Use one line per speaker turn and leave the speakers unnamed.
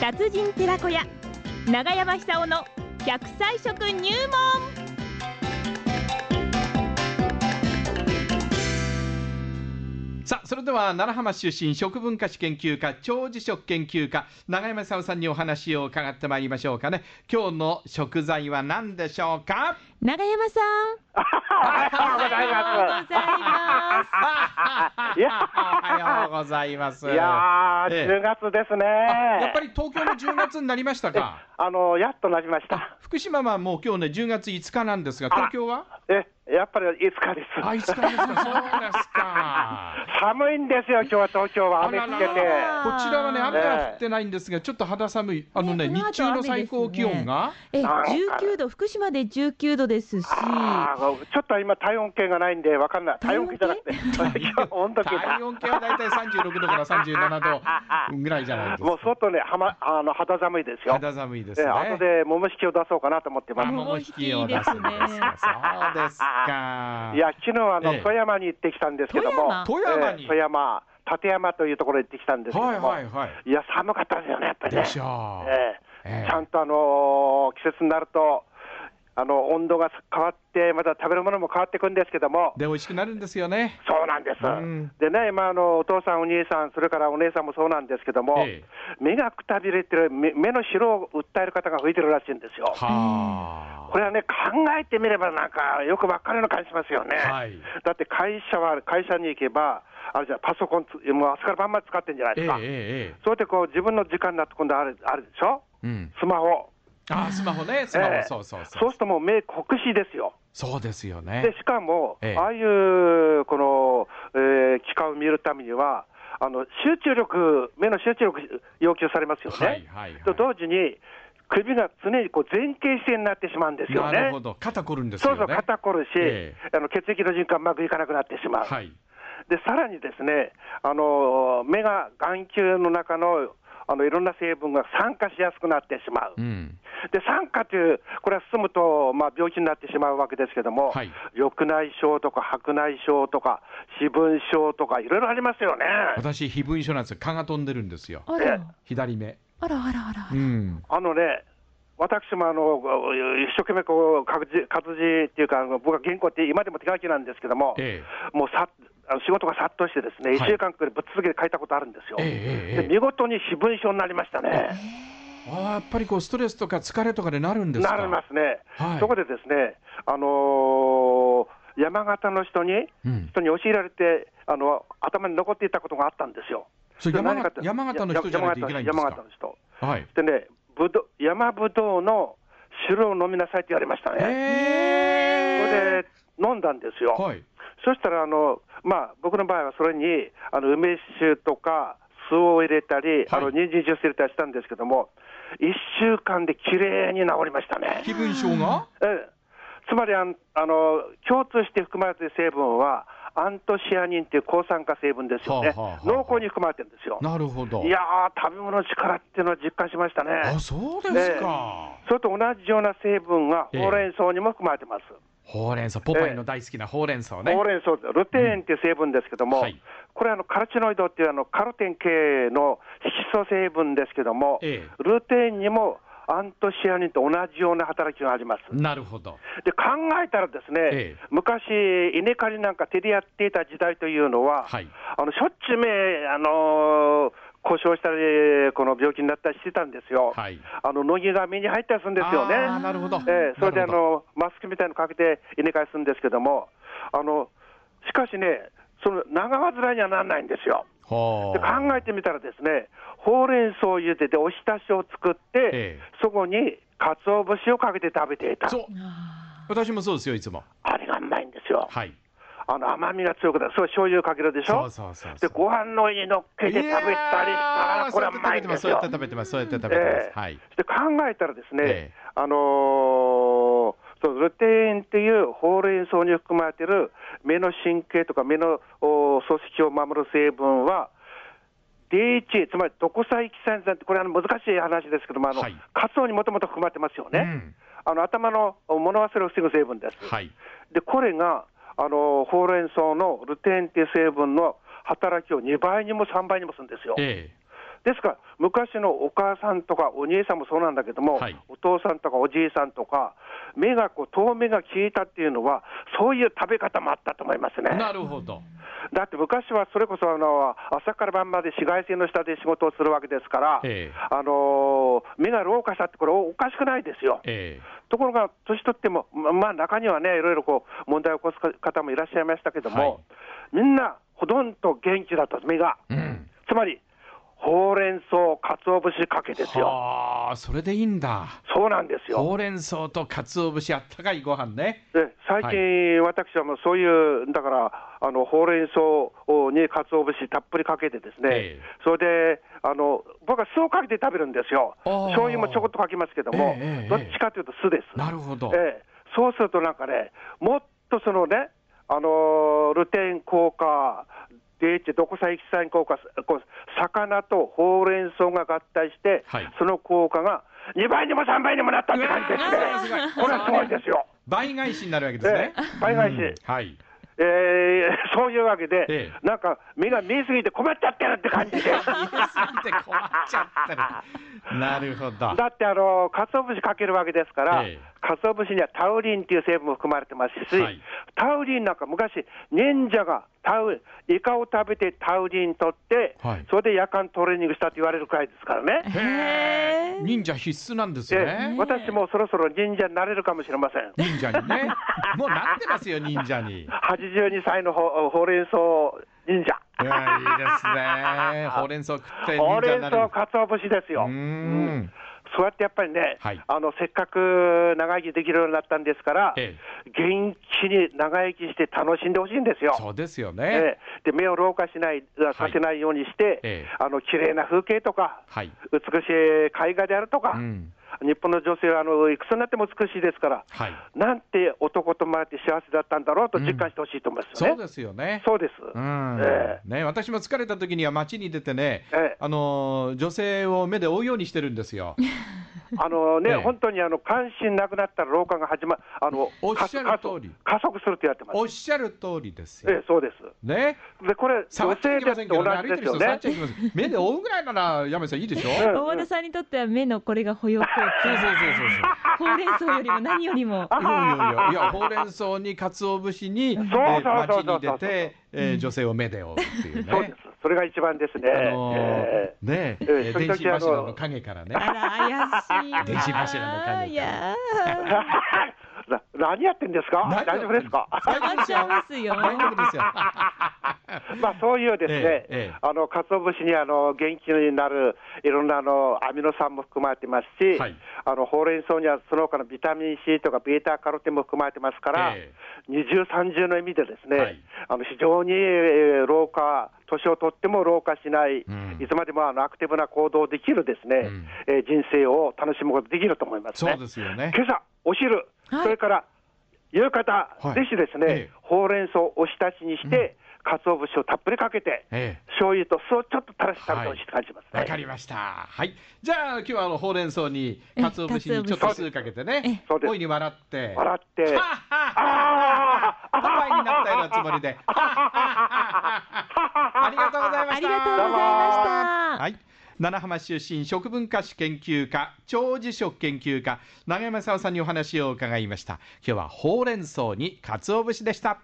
達人寺子屋長山久夫の百歳食入門
さあそれでは奈良浜出身食文化史研究家長寿食研究家永山さんさんにお話を伺ってまいりましょうかね今日の食材は何でしょ うか
長山さん
おは
おはようございます
いますおはようございます
いやー、
ええ
10月ですね。
あやっぱり東京の10月になりましたか
あの、やっとなりました。
福島はもう今日ね10月5日なんですが東京は
え、やっぱりいつかです。
あ5日です かそうですか
寒いんですよ、今日は東京は雨
あら
降っ
ら
て
ら
て。
ら
こちらはね、雨は降ってないんですが、ちょっと肌寒い、あのね、
ねこの後
日中の最高気温が、
え
なんか
19度福島で19度ですし
あーちょっと今、体温計がないんで、わかんない。
体
体
温
温
計
計じゃなくて、今日温度計だ
体。温計はだいたい36度から37度ぐらいじゃないです
もう
か。
外ね、はま、あの、肌寒いですよ。
肌寒いです
え
ね。
後で桃引きを出そうかなと思ってま
あ
す。
桃引きを出すんですか。そうですか。
いや、昨日あの、
ええ
富山に行ってきたんですけども、
富
富山に。
ええ富
は
山、立山というところに行ってきたんですけども、
いはいはい。
いや、寒かったですよね、やっぱりね。
でしょう。
え
え
え
え
ちゃんと、あのー季節になると、あの温度が変わって、また食べるものも変わっていくんですけども、
で、美味しくなるんですよね。
そうなんです。
うん
でね、今あの、お父さん、お兄さん、それからお姉さんもそうなんですけども、
ええ
目がくたびれてる目、目の白を訴える方が増えてるらしいんですよ。
は
これはね、考えてみればなんか、よくばっかりの感じしますよね。
あ。はい。
だって会社は、会社に行けば、あれじゃパソコンつ、もう明日から晩まで使ってんじゃない
え
で
え
すか。
えええ
それでこう、自分の時間になって、今度あれ、あれでしょ
え。うん。
スマホ。
あ、スマホね、スマホ、
ええ
そうそう
そ
そうう
す。るともう目酷使ですよ。
そうですよ
で
ね。
しかも、
ええ
ああいうこの、えー機械を見るためには、あの集中力、目の集中力要求されますよね。
はいはいはい
と同時に、首が常にこう前傾姿勢になってしまうんですよ
な
ね。
るほど。肩こるんです
そ
よ
う
ね。
そう、肩こるし、
え
あの血液の循環うまくいかなくなってしまう。
はい。
でさらにですね、あの目が眼球の中のあのいろんな成分が酸化しやすくなってしまう。
うん。
で酸化という、これは進むと、まあ、病気になってしまうわけですけども、
はい
緑内障とか白内障とか、四分症とか、いろいろありますよね。
私、非分症なんですよ。蚊が飛んでるんですよ。
あら
左目。
あらあらあらあ
う
ら
ん。
あのね私もあの一生懸命こう活字活字っていうか、あの僕は原稿って今でも手書きなんですけども、
え
もうさあの仕事が殺到して、ですね
はい
1週間くらいぶっ続けて書いたことあるんですよ、
えええええ
で見事に四分症になりましたね。
え。ああ、やっぱりこう、ストレスとか疲れとかでなるんですか
なりますね、
はい
そこでですね、あのー山形の人に、
うん
人に教えられてあの、頭に残っていたことがあったんですよ。
それ山
何
形
かって
山形の人じゃないといけないんですか
山形の人。
はい。
でね、ぶど山ぶどうの汁を飲みなさいって言われました
え
ね。
え。
それで飲んだんですよ。
はい。
そしたらあの、まあ、僕の場合はそれにあの梅酒とか酢を入れたり、あ
は
の
い
人参ジュース入れたりしたんですけども、1週間で綺麗に治りましたね。
非分症が
ええ、つまりあんあの共通して含まれている成分はアントシアニンという抗酸化成分ですよね、
はあはあはあはあ
濃厚に含まれてるんですよ。
なるほど。
いやー、食べ物の力っていうのを実感しました
あ、
ね。
そうですか。
それと同じような成分が
ええ
ほうれん草にも含まれてます。
ほうれん草、ポパイの大好きなほうれん草ね
ほう。れん草、ルテインっていう成分ですけども、
うんはい
これあの、カルチノイドっていうあのカロテン系の色素成分ですけども、
ええ
ルテインにもアントシアニンと同じような働きがあります。
なるほど。
で考えたらですね、
ええ
昔、稲刈りなんか手でやっていた時代というのは、
はい
あのしょっちゅう目、あのー故障したり、この病気になったりしてたんですよ、
はい
あの乃木が目に入ったりするんですよね、
あーなるほど。
ええそれであ
なるほ
のマスクみたいのかけて稲刈りするんですけども、あのしかしね、その長患いにはならないんですよ。
どほ
で
う
考えてみたらですね、ほうれん草を茹でておひたしを作って、
ええ
そこに鰹節をかけて食べていた。
そう。
あ
私もそうですよ、いつも。
あれがうまいんですよ。
はい。
あの甘みが強くなる。そう、醤油かけるでし
そう
ょ
そうそうそう。
で、ご飯の上に乗っけて食べたりしたら、これはうまいんです
そうや
よ
って。食べてます、そうやって食べてます。
ええ
はい。
で、考えたらですね、
ええ
あのーそうルテインっていうほうれん草に含まれている目の神経とか目のお組織を守る成分は、DHA、つまり、ドコサイキサン酸って、これ、あの難しい話ですけども、あの
はい
カツオにもともと含まれてますよね、
うん
あの頭の物忘れを防ぐ成分です。
はい。
でこれがあのほうれん草のルテインっていう成分の働きを2倍にも3倍にもするんですよ。
ええ
ですから、昔のお母さんとかお姉さんもそうなんだけども、
はい
お父さんとかおじいさんとか、目がこう遠目が消えたっていうのは、そういう食べ方もあったと思いますね。
なるほど。
だって昔はそれこそあの朝から晩まで紫外線の下で仕事をするわけですから、
ええ
あの目が老化したって、これ、おかしくないですよ。
え
ところが、年取っても、ままあ、中にはね、いろいろこう問題を起こす方もいらっしゃいましたけども、
はい
みんな、ほとんど元気だった、目が。
えうん。
つまり、ほうれん草、鰹節かけですよ。
はあ、それでいいんだ。
そうなんですよ。
ほうれん草と鰹節あったかいご飯ね。
で最近、私はもうそういう、だからあのほうれん草に鰹節たっぷりかけて、ですね、
ええ
それであの僕は酢をかけて食べるんですよ、
あー
醤油もちょこっとかけますけども、
ええええ
どっちかというと酢です。
なるほど。
ええそうするとなんかね、もっとそのね、あのールテイン効果、DH、ドコサエキサイン効果、こう魚とほうれん草が合体して、
はい
その効果が2倍にも3倍にもなったって感じですね
うわーすごいすごい
これはすごいですよ。
倍返しになるわけです
え
ね。
え、倍返し、
うんはい。
えーそういうわけで、
え
なんか目が見えすぎて困っちゃってるって感じで、
言い過ぎて困っちゃったる。なるほど。
だってあの鰹節かけるわけですから、
ええ
鰹節にはタウリンっていう成分も含まれてますし、
はい
タウリンなんか昔、忍者がタウイカを食べてタウリン取って、
はい
それで夜間トレーニングしたと言われるくらいですからね。
へえ。忍者必須なんです
ええ
ね。
私もそろそろ忍者になれるかもしれません。
忍者にね。もうなってますよ、忍者に。
82歳のほほうれん草忍者。
いや、いいです ね。ほうれん草食って忍
ほう
者
れ
に
ん
な
草
れる。
鰹節ですよ。
うーん。
そうやってやっぱりね、
はい
あのせっかく長生きできるようになったんですから、
え
元気に長生きして楽しんでほしいんですよ。
そうですよ
え
ね。
えで目を老化しない、
い
させないようにして、
ええ
あの綺麗な風景とか、
はい。
美しい絵画であるとか、
うん。
日本の女性はあのいくつになっても美しいですから、
はい。
なんて男と回って幸せだったんだろうと実感してほしいと思いますよ
そう
ね。
ですよね。
そうです。
うん
え
ね、私も疲れた時には街に出てね、
ええ
あのー女性を目で追うようにしてるんです よ。
あのね、
ええ
本当にあの関心なくなったら老化が始まあの
おっしゃる
加
通り
加速するってやってます。
おっしゃる通りです
え
よ
え。そうです。
ね。
でこれ、
触
女
って
性
いきま
だっ
せ
て
んけ
同
どね、歩いて
じで
る人
す
触っ
よね
ちゃ。いけません。目で追うぐらいなら、山さんいいでしょそう
うん
大田さんにとっては目のこれが保養効
そうそう
果ほうれん草よりも何よりも
そうそう。いやいやいや、いや、ほうれん草に鰹節に、え
そう
ー
そ
街
うそ
に
うそ
出
う
て、えー女性を目で追うっていう
そうです
ね。。
それが一番ですね。
あのー
ええ
ねえ
ええ
ー電子
時々あの
柱の影からね。
あら怪し いわ
電子柱の影
いや
な何やってんですか
何を
大丈夫ですか
ー邪魔しちゃいますよ
大丈夫ですよ。
まあそういうですね、
ええええ
あの鰹節にあの元気になるいろんなあのアミノ酸も含まれてますし、
はい
あのほうれん草にはその他のビタミン C とかベータカロテンも含まれてますから、
え
二重三重の意味でですね、
はい
あの非常にえー老化年をとっても老化しない、
うん
いつまでもあのアクティブな行動できるですね、
うん
えー人生を楽しむことできると思いますね。
そうですよね。
今朝お昼、
はい
それから夕方、
はい
ぜひですね
ええ、
ほうれん草をおひたしにして、鰹節をたっぷりかけて、
ええ
醤油と酢をちょっと垂らして食べてほしいって感じますね。
わかりました。はい。じゃあ、今日はあのほうれん草に、
え
鰹節にちょっと酢かけてね
え、そうです
大いに笑って。
笑って、
はっはっはパ
あ
パになったようなつもりで。 ありがとうございま
あ
し
り
た。
がとうございました
はい。七浜市出身食文化史研究家長寿食研究家永山沙央さんにお話を伺いました今日はほうれん草に鰹節でした